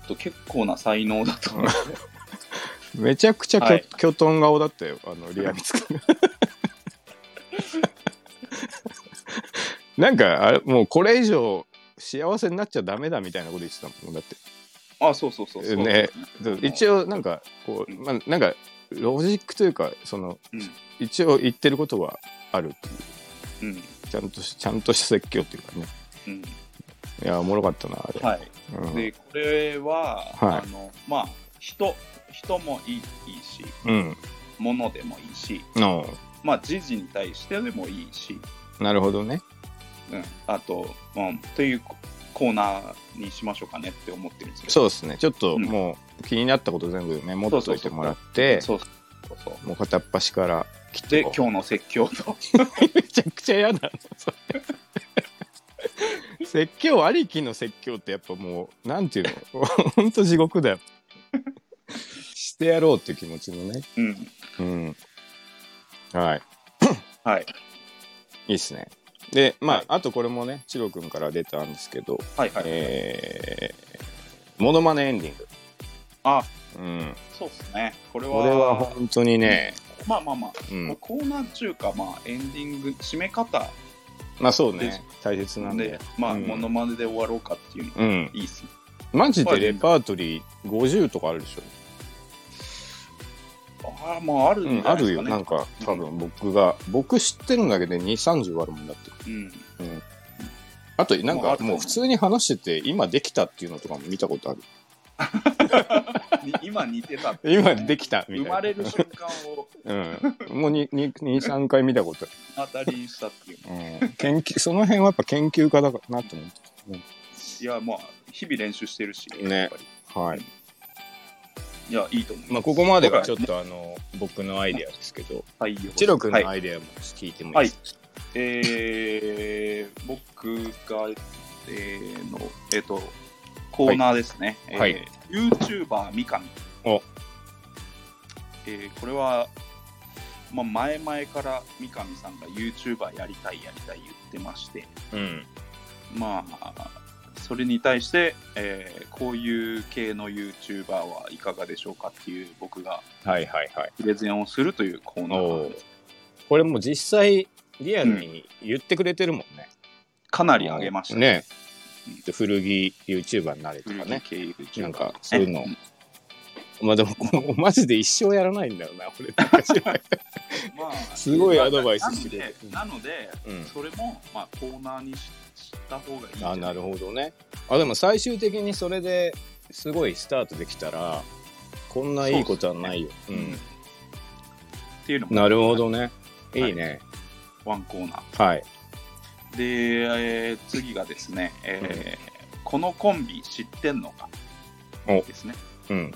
と結構な才能だと思って
めちゃくちゃきょ、
はい
きょとん顔だったよあのリアミツ君 [LAUGHS] なんかあれもうこれ以上幸せになっちゃダメだみたいなこと言ってたもんだって
[LAUGHS] あそうそうそうそう
ね一
応
応なんかこう、まあ、なんかロジックというかその、
うん
一応言ってることはあるっていう
うん
ちゃんとしちゃんとした説教っていうかね
うん
いやおもろかったなあれ、
はい
うん
でこれは、
はい
あのまあ人人もいいいいし
うん
物でもいいし
の
まあ、時事に対してでもいいし、
なるほどね
うん、あと、うん、というココーナーにしましょうかねって思ってるんですけど、
そうですねちょっと
うん
もう気になったこと全部メモっといてもらって
そうそうそう。
もう片っ端から [LAUGHS] 切って
で、
こう
今日の説教と、
めちゃくちゃ嫌な [LAUGHS] のそれ説教ありきの説教ってやっぱもうなんていうの [LAUGHS] ほんと地獄だよしてやろうっていう気持ちのね
うん、
うんはい
はい、
いいっすねでまあ、
はい
あとこれもねチロ君から出たんですけど
はい、はい。
えー、モノマネエンディング
あ、
うん
そうですね。これは、
これは本当にね、
まあまあまあ、
うん
もうコーナー中か、まあ、エンディング、締め方
まあそう
です
ね大切な
なんんで、
で
まあ、
うん
モノマネで終わろうかっていうのが
うん
いいっすね。
マジでレパートリー50とかあるでしょ、
ああ、まあ、あるんじゃ
うん、
な
あ
いで
る
す
よ
かね。
なんか多分僕が僕知ってるんだけで230あるもんだって
うん。
あとなん
もうあ
か
ると思
も
う
う普通に話してて今できたっていうのとかも見たことある
に今似てたっていうね
[LAUGHS] 今できたみたいな
生まれる瞬間を
うん、もう23回見たこと
当たりにしたっていう。
ある、うん、研究その辺はやっぱ研究家だなと思っ
いや、まあ、日々練習してるし、
ね
やっぱり
てはい
いや、いいと思います。
まあここまでがちょっ
と、
とあの僕のアイデアですけど
はい、
チロ君
は
の
い、
アイデアも聞いてもいい
は
で
い
すか、
えー、僕がえーの、えっ、と、コーナーですね。
はい
えー YouTuber 三上。
お
えーこれは、まあ、前々から三上さんが YouTuber やりたいやりたい言ってまして、
うん。
まあ、それに対して、えーこういう系の YouTuber はいかがでしょうかっていう僕が
はいはいはい。
プレゼンをするというコーナーなんです
これもう実際、リアルに言ってくれてるもんね。
かなり上げました
ね
うん。
で古着 YouTuber になれと
古
か
着
ね。
系 YouTuber
なんかそういうの
ね
まあでも、こうマジで一生やらないんだよな、こ
[LAUGHS]
れ。
まあ、
すごいアドバイスして
なの
る
で、なので
うん
それも、まあ、コーナーにしした方がいいんじゃ
あ
い
なるほどねあでも最終的にそれですごいスタートできたらこんないいことはないよ、
そうですねっていうの
うん、
も
なるほどね、
い
い、いね
ワンコーナー
はい
で、えー次がですね、えーこのコンビ知ってんのか
お
ですね
うん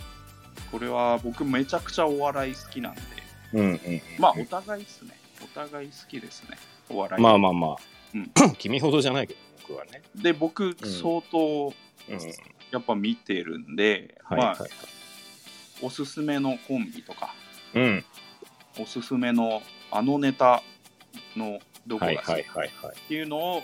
これは僕めちゃくちゃお笑い好きなんで
うんうん
まあお互いですねお互い好きですねお笑い、
まあまあまあ、
うん
[COUGHS] 君ほどじゃないけど僕はね、
で僕相当
うん、はい
やっぱ見てるんで、まあ
はい、はい
おすすめのコンビとか
うん
おすすめのあのネタのどこ
はい
が好
は
き
い
っ
はいはい、
ていうのを、
う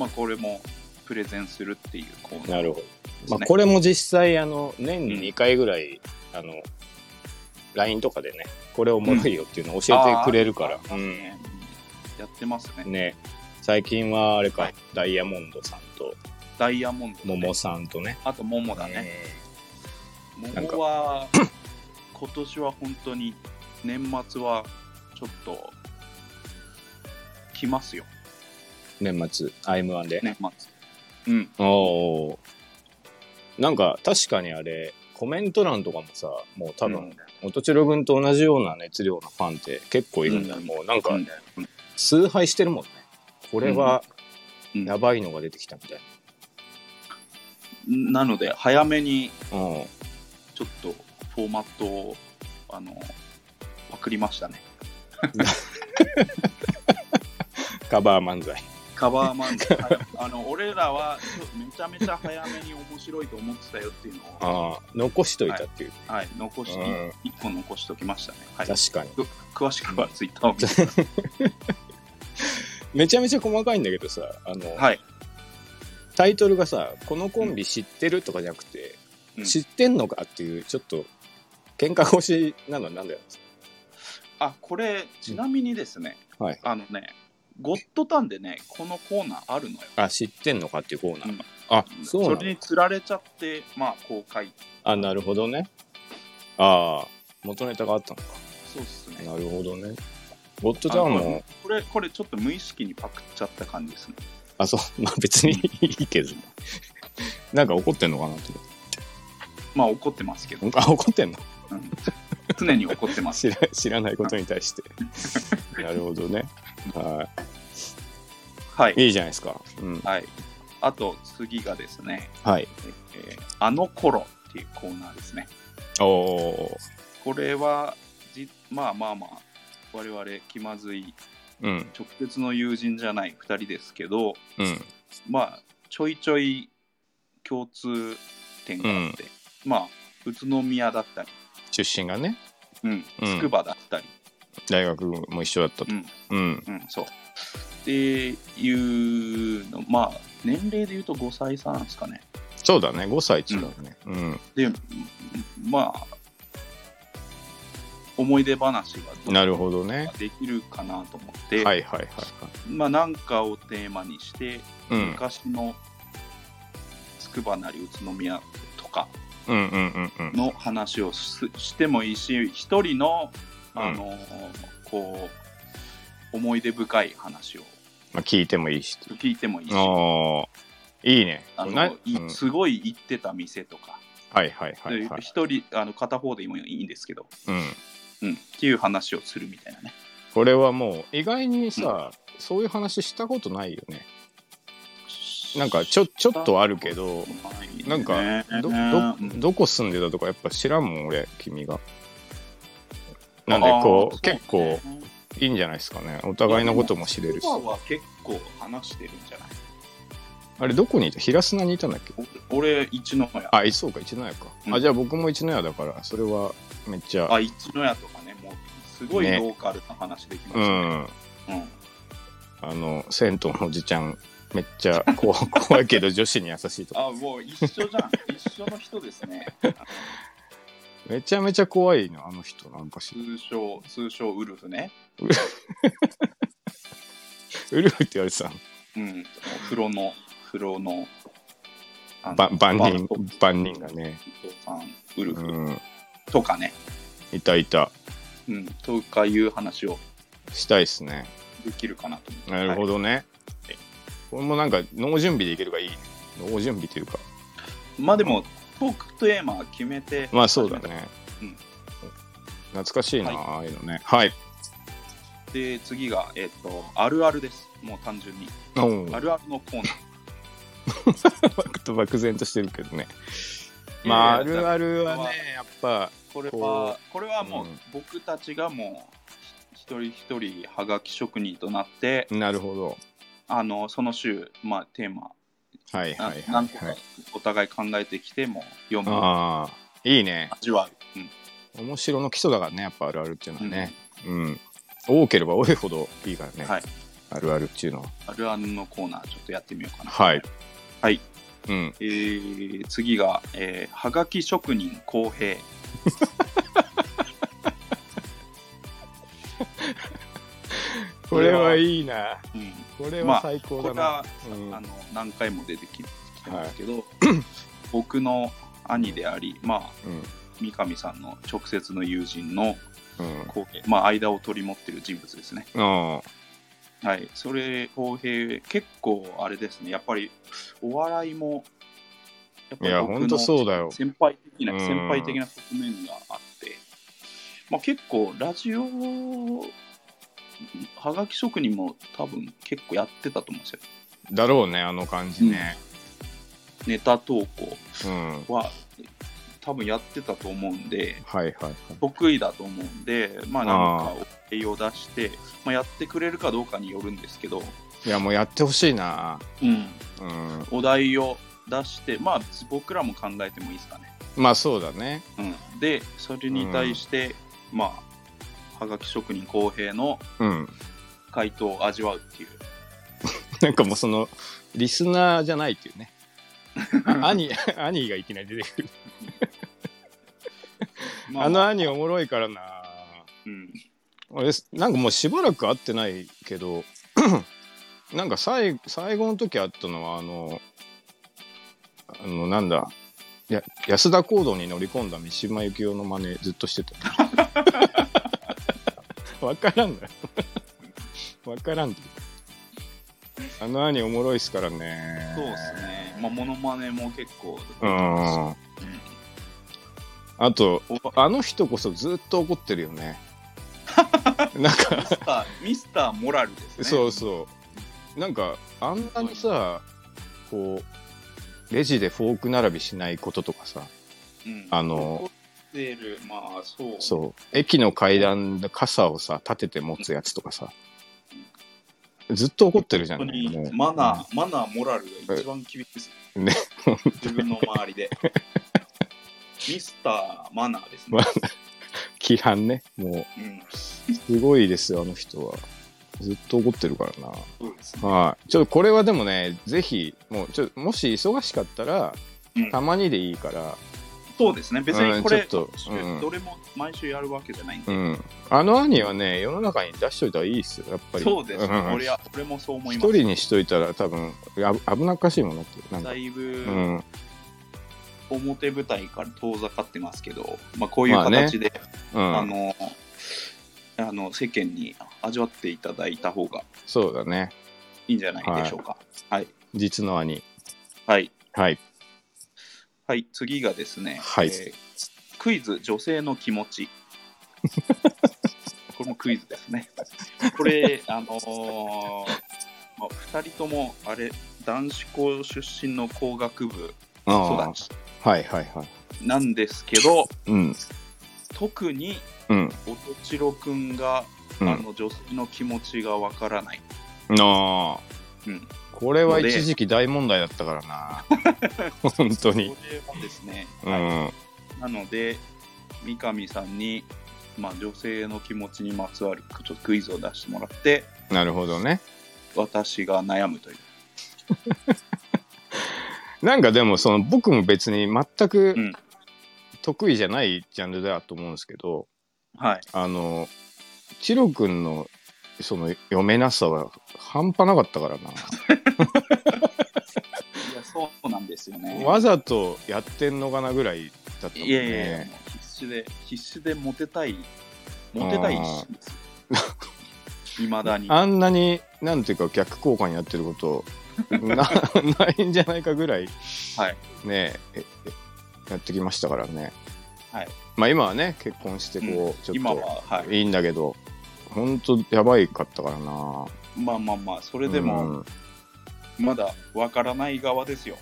まあ、これもプレゼンするっていうコー
ん、
ナー
な
で
るほど、
す
ま
ね。
あ、これも実際あの年に2回ぐらい、あの LINE とかでねこれおもろいよっていうのを教えてくれるから
あ、ー
うん、
やってますね。
ね最近はあれか、
はい
ダイヤモンドさんと
ダイヤモンド、ね。
桃さんとね
あと、モモだね。
なんか
桃は、 [CLEARS THROAT] 今年は本当に、年末は、ちょっと、来ますよ、
うん年末 m 1で、
年末。うん。
おーおーなんか確かにあれコメント欄とかもさもう多分、音千代君と同じような熱量のファンって結構いるんだよ、
うん
もうなん
う
か
ん、
崇拝してるもんねこれは
うん
やばいのが出てきたみたい
なので、早めに、
な、うん
ちょっと、フォーマットを、あの、パクりましたね。
カバー漫才
カバーマン
[LAUGHS]
であの俺らはちょめちゃめちゃ早めに面白いと思ってたよっていうのを、
あー残しといたっていう、
はい、残し
うん
一個残しておきましたね。はい、
確かに
詳しくはツイッターを見てください。
めちゃめちゃ細かいんだけどさあの、
[LAUGHS] はい。
タイトルがさ「このコンビ知ってる?」とかじゃなくて、
うん
知ってんのかっていうちょっと喧嘩腰なのはなんだよ
あ、これ、ちなみにですね、
はい
あのね、ゴッドタンでね、このコーナーあるのよ。
あ知ってんのかっていうコーナーが、あそう
そ
な
れ
の
につられちゃって、まあ、公開。
あなるほどねああ元ネタがあったのか
そうっすね。
なるほどねゴッドタウン
あ
も
これ、これちょっと無意識にパクっちゃった感じですね。
あそうまあ別にいいけどなんか怒ってんのかなと
まあ、怒ってますけど、
思ってあ怒ってんの
うん常に怒ってます。 [LAUGHS]
知ら知らないことに対 [LAUGHS] してなるほどねは
はい。
いいいじゃないですかうん
はい。あと、次がですね、
はい
えーあの頃っていうコーナーですね。
おお
これはじ、まあまあまあ、我々気まずい
うん
直接の友人じゃない2人ですけど、
うん
まあ、ちょいちょい共通点があって、まあ、宇都宮だったり、
出身がね
うん、
うん
筑波だったり、
大学も一緒だったと
うん、
うん
うん、そう。っていうの、まあ、年齢で言うと5歳差なんですかね。
そうだね5歳違うねうん、
で、うんまあ、思い出話がどう
なるほどね
できるかなと思って、
はいはいはいはい
まあなんかをテーマにして、
うん
昔の筑波なり宇都宮とか
うんうんうんうん
の話をすしてもいいし一人のあの、こう思い出深い話を
まあ聞いてもいいし
聞いてもいいし
ああいいね
あの
ないうん
すごい行ってた店とか
はいはい
一、
はいはい
人あの片方でもいいんですけど、
うん
うん、っていう話をするみたいなね
これはもう意外にさそういう話したことないよねなんかちょちょっとあるけどなんかどどどこ住んでたとかやっぱ知らんもん俺君がなんでこう結構いいんじゃないですかねお互いのことも知れるし
筑波は結構話してるんじゃない
あれどこにいた平砂にいたんだっけ
お俺、一の屋。
あ、いそうか、一の屋か。
うん
あ、じゃあ僕も一の屋だから、それはめっちゃ、
あ、一の屋とかね、もう、すごいローカルな話できまし
う
たね。
ん。
うん。
あの、銭湯のおじちゃん、めっちゃ
[LAUGHS]
怖怖いけど女子に優しいとか。
あ、もう一緒じ
[LAUGHS]
ゃん。一緒の人ですね。
めちゃめちゃ怖いの、あの人、なんかし。
通称、通称ウルフね。
ウルフって言われてたの
うん。風呂の、風呂の、あの
ば万人
バート、
万人がね。
伊藤さん、ウル
う
フ
ん。
とかね。
いたいた。
うん。とかいう話を
したいですね。
できるかなと思って。
なるほ
はい
どね。えこれもなんか、脳準備でいけるがいいね。脳準備というか。
まあでも、トークテーマ決めて、
まあそうだ。ね。
うん
懐かしいな、
はい
ああいうのね。はい。
で、次が、えっと、あるあるです。もう単純に。
お
あ
う
るあるのコーナー。
漠然としてるけどね。まあ、あ
いやい
る
や
あるはね、やっぱ、
これ
こ
はこれはもう
うん
僕たちがもうひ一人一人はがき職人となって
なるほど。
あのその週、まあ、テーマ
はい
な
はいは
何
い、
個か
はい。
お互い考えてきても読む
ああ、いいね。
味わう、うん
面白の基礎だからね、やっぱあるあるっていうのはね。
う
うん。多ければ多いほどいいからね。
はい
あるあるっていうのは。
んあるあるのコーナーちょっとやってみようかな
はい。
はい、
うん。
えー次が、えーはがき職人公平
これはいいな。
うん
これ
ま
は
あ
最高
これ
だな。
は、
うん
あの何回も出てききてますけど、 [CLEARS THROAT] 僕の兄でありまあ三上さんの直接の友人の
うん。うん。
公平、まあ、間を取り持ってる人物ですね。
ああ。
はい、それ、公平、結構あれですね、やっぱりお笑いも、やっ
いや、ほんとそうだよ。
先輩的な、
うん
先輩的な側面があって、まあ、結構、ラジオ、はがき職人も多分結構やってたと思うんですよ。
だろうね、あの感じね。
ネタ投
うん。
稿は多分やってたと思うんで、
はいはいはい。
得意だと思うんで、まあ、なんか栄養を出して、まあ、やってくれるかどうかによるんですけど、
いや、もうやってほしいな。うん。
お題を出して、まあ、僕らも考えてもいいですかね。
まあそうだね。
うん、で、それに対して、まあ、はがき職人公平の
うん。
回答を味わうっていう。
なんかもうその、リスナーじゃないっていう [LAUGHS] ね。あ兄、兄がいきなり出てくる。
ま
あの兄おもろいからな。
うん、
俺、なんかもうしばらく会ってないけど、 [CLEARS THROAT] なんか最最後の時会ったのは、あの、あの、なんだ、や安田講堂に乗り込んだ三島由紀夫の真似ずっとし
[LAUGHS]
てた。わからんだよ。 [LAUGHS] わからんってあの兄おもろいっすからね。
そうですね。まあ、モノマネも結構。
うん。
うん
あと、
お
あの人こそずっと怒ってるよね。なんか、
ミスター、ミスターモラルですね。
そうそう。なんか、あんなにさ、こう、レジでフォーク並びしないこととかさ、
うん
あの、
怒ってるまあ、そう。
そう、駅の階段で傘をさ、立てて持つやつとかさ、ずっと怒ってるじゃん。
本当
も
に
う
マナー、マナー、モラルが一番厳しいですね。
ね
自分の周
[LAUGHS]
りで。ミスターマナーですね
マ。規範ね。も
うん、
う、すごいですよ、あの人は。ずっと怒ってるからな。
そうですね。
はい。ちょっとこれはでもね、ぜひ、もう、ちょもし忙しかったら、
うん
たまにでいいから、
そうですね。別にこれ、
うんちょっとうん
どれも毎週やるわけじゃないんで。
うん。あの兄はね、世の中に出しといたらいいっすよ、やっぱり。
そうですね。
ん
俺は俺もそう思い
一
ます。
人にしといたら多分、あ危なっかしいものって、なん
だ
か。
いうぶ
ん。
表舞台から遠ざかってますけど、まあ、こういう
まあね
形で、
う
あ
ん。
の、あの世間に味わっていただいた方が
そうだね。
いいんじゃないでしょうか。はい。
実の兄。
はい
はい。
はい、次がですね、
はい
ークイズ女性の気持ち。 [LAUGHS] これもクイズですね。これ、あのーまあ、2人とも、あれ、男子校出身の工学部
あ
育ち
あ。はいはいはい。
なんですけど、
うん。
特に、
うん。
おとちろくんが、
うん。
あの女性の気持ちがわからない。
ああ。
うん、
これは
ので
一時期大問題だったか
[LAUGHS]
らな本当に
これはですね、
うん、
はいなので三上さんに、まあ、女性の気持ちにまつわるちょっとクイズを出してもらって
なるほどね
私が悩むという、
なんかでもその僕も別に全く
うん
得意じゃないジャンルだと思うんですけど、
はい、
あのチロくんのその読めなさは半端なかったから
[LAUGHS] いやそうなんですよね
なわざとやってんのかなぐらいだったもんね
いやいやいやもう必死で必死でモテたいモテたい一心ですいまだに
あんなになんていうか逆効果になってること [LAUGHS] なないんじゃないかぐらい、
はい
ねえええやってきましたからね、
はい
まあ今はね結婚してこう、ち
今
ょっ
は、は
といいんだけどほんとやばいかったからなこ
い、まあまあまあそれでもまだわからない側ですよ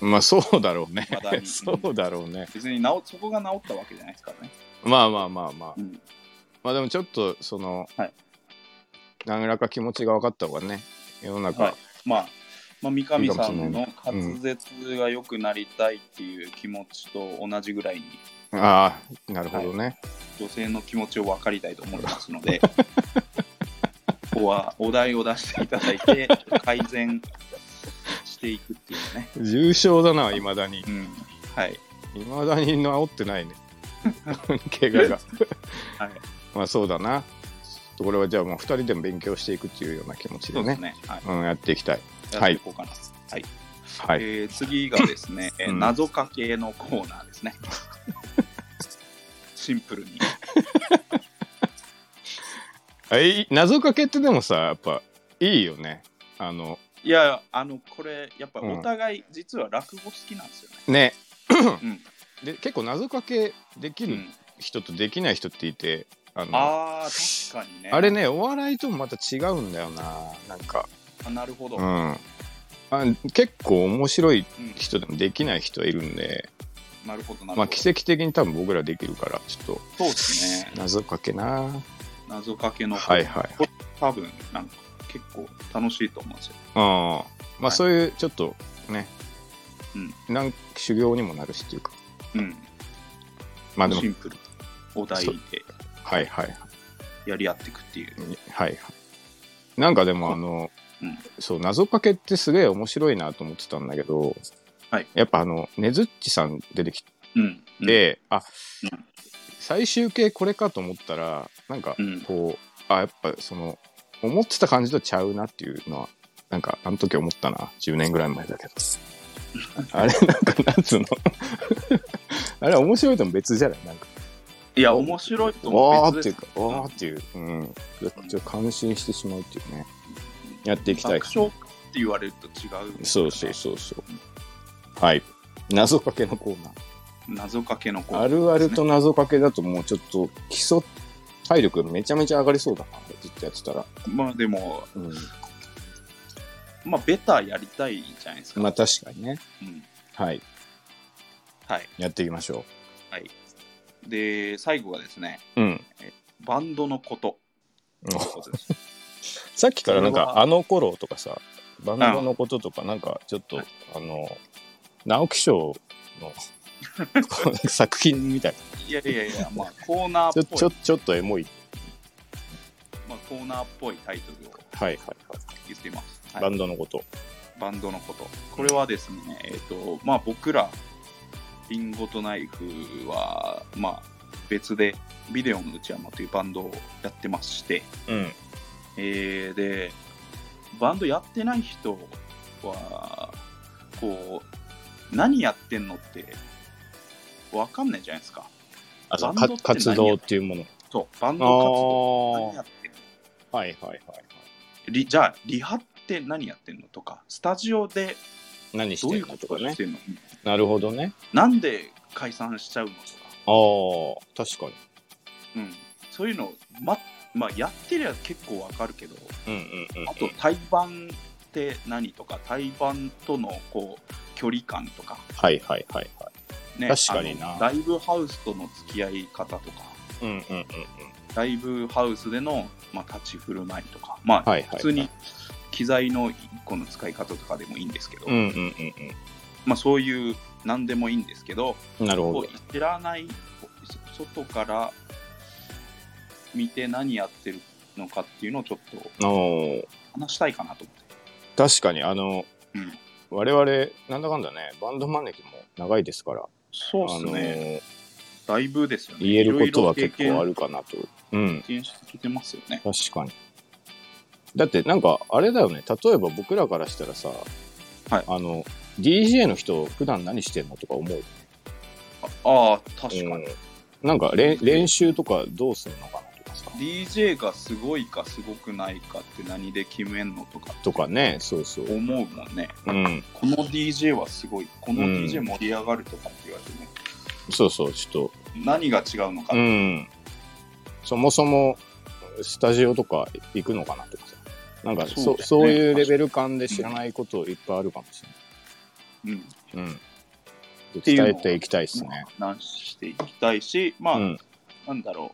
まあそうだろうね
まだに
[LAUGHS] そうだろうね
別になおそこが治ったわけじゃないですからね、
まあまあまあまあ
うん、
まあでもちょっとその、
はい
何らか気持ちが分かった方がね世の中、
はいまあ、まあ三上さ
いいかもしれ
ん
な
の滑舌が良くなりたいっていう気持ちと同じぐらいに
ああなるほどね、
女性の気持ちを分かりたいと思いますのでここはお題を出していただいて改善していくっていうね、
重症だないまだに
うん、はい
いまだに治ってな
[LAUGHS]
いね怪我が
はい
まあそうだなちょっとこれはじゃあもう2人でも勉強していくっていうような気持ち
そ
で
う
ね
ですねはい
うん、やっていきたい
やっ
は
て
い
いこうかなはい、
はい、
えー次がですね、えー
[LAUGHS] うん
謎かけのコーナーですねシンプルに
えい謎かけってでもさやっぱいいよねあの
いやあのこれやっぱ
うん
お互い実は落語好きなんですよね、
ね
うん
で結構謎かけでき
う
る
ん、
人とできない人っていて、あの
あー確かにね
あれね、お笑いともまた違うんだよな、なんか。
あなるほど、
う
うん
ん。あ結構面白い人でもできない人はいるんで、
なるほどなるほど、
まあ奇跡的に多分僕らできるから、ちょっと
そうですね
謎かけな。
謎かけのコーナー
はいはい。
多分なんか結構楽しいと思うんですよ。
あま
は
あ
い
そういうちょっとね、
うん
なん修行にもなるしっていうか。
うん、
まあでも
シ、ンプルお題で
はいはい。
やり合っていくっていう。
はいはい。なんかでもあの、
うん
そう、謎かけってすげえ面白いなと思ってたんだけど、
はい
やっぱあの、ねずっちさん出てきて
うん、うん、
で、あ、
うん
最終形これかと思ったらなんか
うん
こう、あやっぱその思ってた感じとちゃうなっていうのはなんかあの時思ったな10年ぐらい前だけどあれなんかなんつうの [LAUGHS] あれ面白いとも別じゃないなんか
いや面白いと思
わ
う
ーっていう
別で
かわーっていう、うん、ちょっと感心してしまうっていうねやっていきたい
爆笑って言われると違う、
そうそうそうそうはい謎かけのコーナー
う。謎かけの子。
あるあると謎かけだともうちょっと基礎体力めちゃめちゃ上がりそうだな、ずっとやってたら。
まあでも
うん、
まあベターやりたいじゃないですか。
まあ確かにね。
うん、
はい。
はい
やっていきましょ
はい。で最後がですね
う。うん。
バンドのこと。ということです
さっきからなん
これ
か、
は
あの頃とかさ、バンドのこととか、なんかちょっと、あの、直木賞
[LAUGHS]
のこう作品みたい
いやいやいやまあコーナ
な。ち
ー
ょ
っぽい
ちょちょっとエモい。
まあコーナーっぽいタイトルを
はいはい
言っています。は
はいい。バンドのこと。
バンドのこと。これはですね、えっ、と、まあ僕ら、リンゴとナイフは、まあ別で、ビデオの内山というバンドをやってまして、
うん。
えーで、バンドやってない人は、こう、何やってんのって、わかんないじゃないですか。
あその
バンドって何
活動っていうもの。
そう、バン
あ
ド
あ
活動。何
ー。
やってんの
はいはいはい。
リじゃあ、リハって何やってんのとか、スタジオで
何し
どう
て
い
る
う
の
ことと
か
を
ね
し。てんの
なるほどね。
なんで解散しちゃうのとか、
ああ、確かに。
うん、そういうの、ままあ、やってりゃ結構わかるけど、
うんうんうん。
あと対バンって何とか、対バンとのこう距離感とか、
はいはいはいは
ね、
確かにな
あのライブハウスとの付き合い方とか、
い。うんうんうんうん。
ライブハウスでの、まあ、立ち振る舞いとか、まあ、
はいはいはい
普通に気機材の1個の使い方とかでもいいんですけど、
うんうんうん
まあ、そういう何でもいいんですけど、
うん。なるほ
こ
ど。
う知らないそ外から見て何やってるのかっていうのをちょっと
あの
話したいかなと思って。
確かに、あの、
うん
我々、なんだかんだね、バンドマネキも長いですから、
そうですね、だいぶですよ
あの
ね。
言えることはい
ろいろ
結
経験
構あるかなと。うん、
経験してきてますよね。
確かに。だって、なんか、あれだよね、例えば僕らからしたらさ、
はい
あの、DJ の人、普段何してんのとか思う。
ああー、確かに。
うん、なんかれん練習とかどうするのかなとかさ
DJ がすごいかすごくないかって何で決めんのとか
とかねそうそう
思うもんね。
うん
この DJ はすごい、この
うん
DJ 盛り上がるとかって言われても、
そうそうちょっ
何が違うのか
とうんそもそもスタジオとか行くのかなとかさなんか
そだ
そうう,、
よね
そういうレベル感で知らないこといっぱいあるかもし
うん、
れない、うん、
ていうの
伝
は
えていきたいですね、
話していきたいし、まあ、
うん、
なんだろ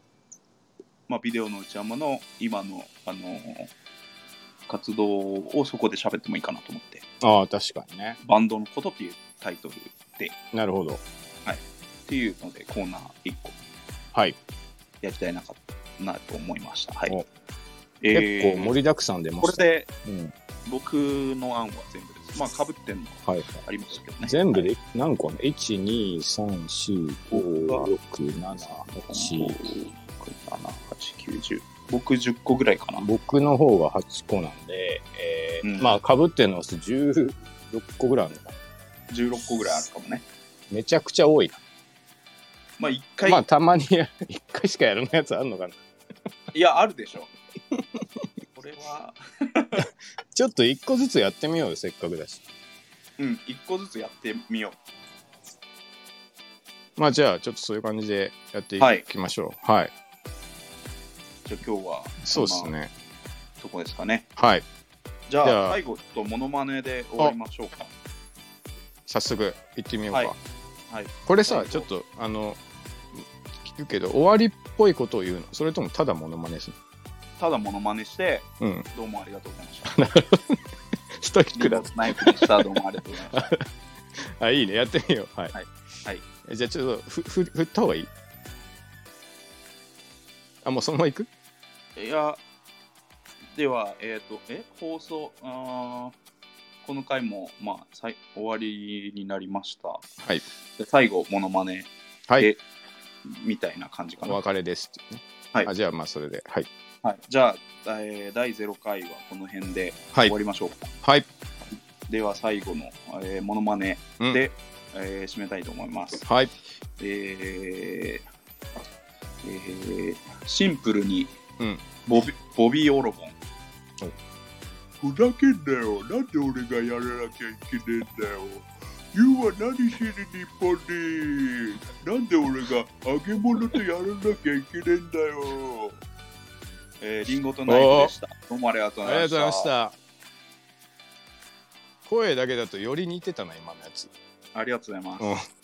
う、まあ、ビデオの内山の今の、あのー活動をそこで喋ってもいいかなと思って、
ああ確かにね
バンドのことっていうタイトルで、っ
なるほど
ていうので、コーナー1個
はい、
やりたいなかなと思いました。はい
お。
えー
結構盛りだくさん出ま
こ
し
れ
た、
で
うん
僕の案は全部です。まあ、かぶってんの
はい、
ありましたけどね。
全部で何個ね ?123456789
7,8,9,10僕10個ぐらいかな。
僕の方が8個なんで、えー
うん
まあかぶってんのは16個ぐらいあるのかな
16個ぐらいあるかもね。
めちゃくちゃ多いな、
まあ1回、
まあたまに [LAUGHS] 1回しかやらないやつあるのかない
や、あるでしょ。これは、
ちょっと1個ずつやってみようよせっかくだし
うん、1個ずつやってみよ
まあじゃあちょっとそういう感じでやってい
はい
きましょうはい、
う。じゃあ今日は、
そうです
こんな
ね
とこですかね。
はい
じゃあ
じゃあ
最後、ちょっとモノマネで終わりましょうか。
早速行ってみようか、
はいはい
これさ
最後
ちょっとあの聞くけど終わりっぽいことを言うのそれともただモノマネする
ただモノマネして、
のうん
どうもありがとうございま
[LAUGHS]
した。
ストイックだ
ナイフでした。どうもありがとうございました。
[LAUGHS] あいいねやってみようはい、
はいはい
えじゃあちょっとふふ振った方がいいあもうそのままいく [LAUGHS]
いや、では、えっ、と、え、放送、あーこの回も、まあ、さい終わりになりました。
はい
で最後、モノマネ
はい
えみたいな感じか
お
な。
別れですっていうね
はい
あじゃあまあそれではい
はい、じゃあ、えー第0回はこの辺で
は
終
い
わりましょうか。
はい、
では、最後の、えー、モノマネ
うん
で、えー締めたいと思います。
はい
えーえーシンプルに、
うん
ボビボビー・オロゴン。
ふざけんなよ。なんで俺がやらなきゃいけねえんだよ。You は何しに日本になんで俺が揚げ物とやらなきゃいけねえんだよ。
えー、リンゴとナイフでした。どうもありがとう
あ
ご
りが
ざい
と
ま
う
した
ございまし。た声だけだとより似てたな今のやつ
ありがとうございます。
うん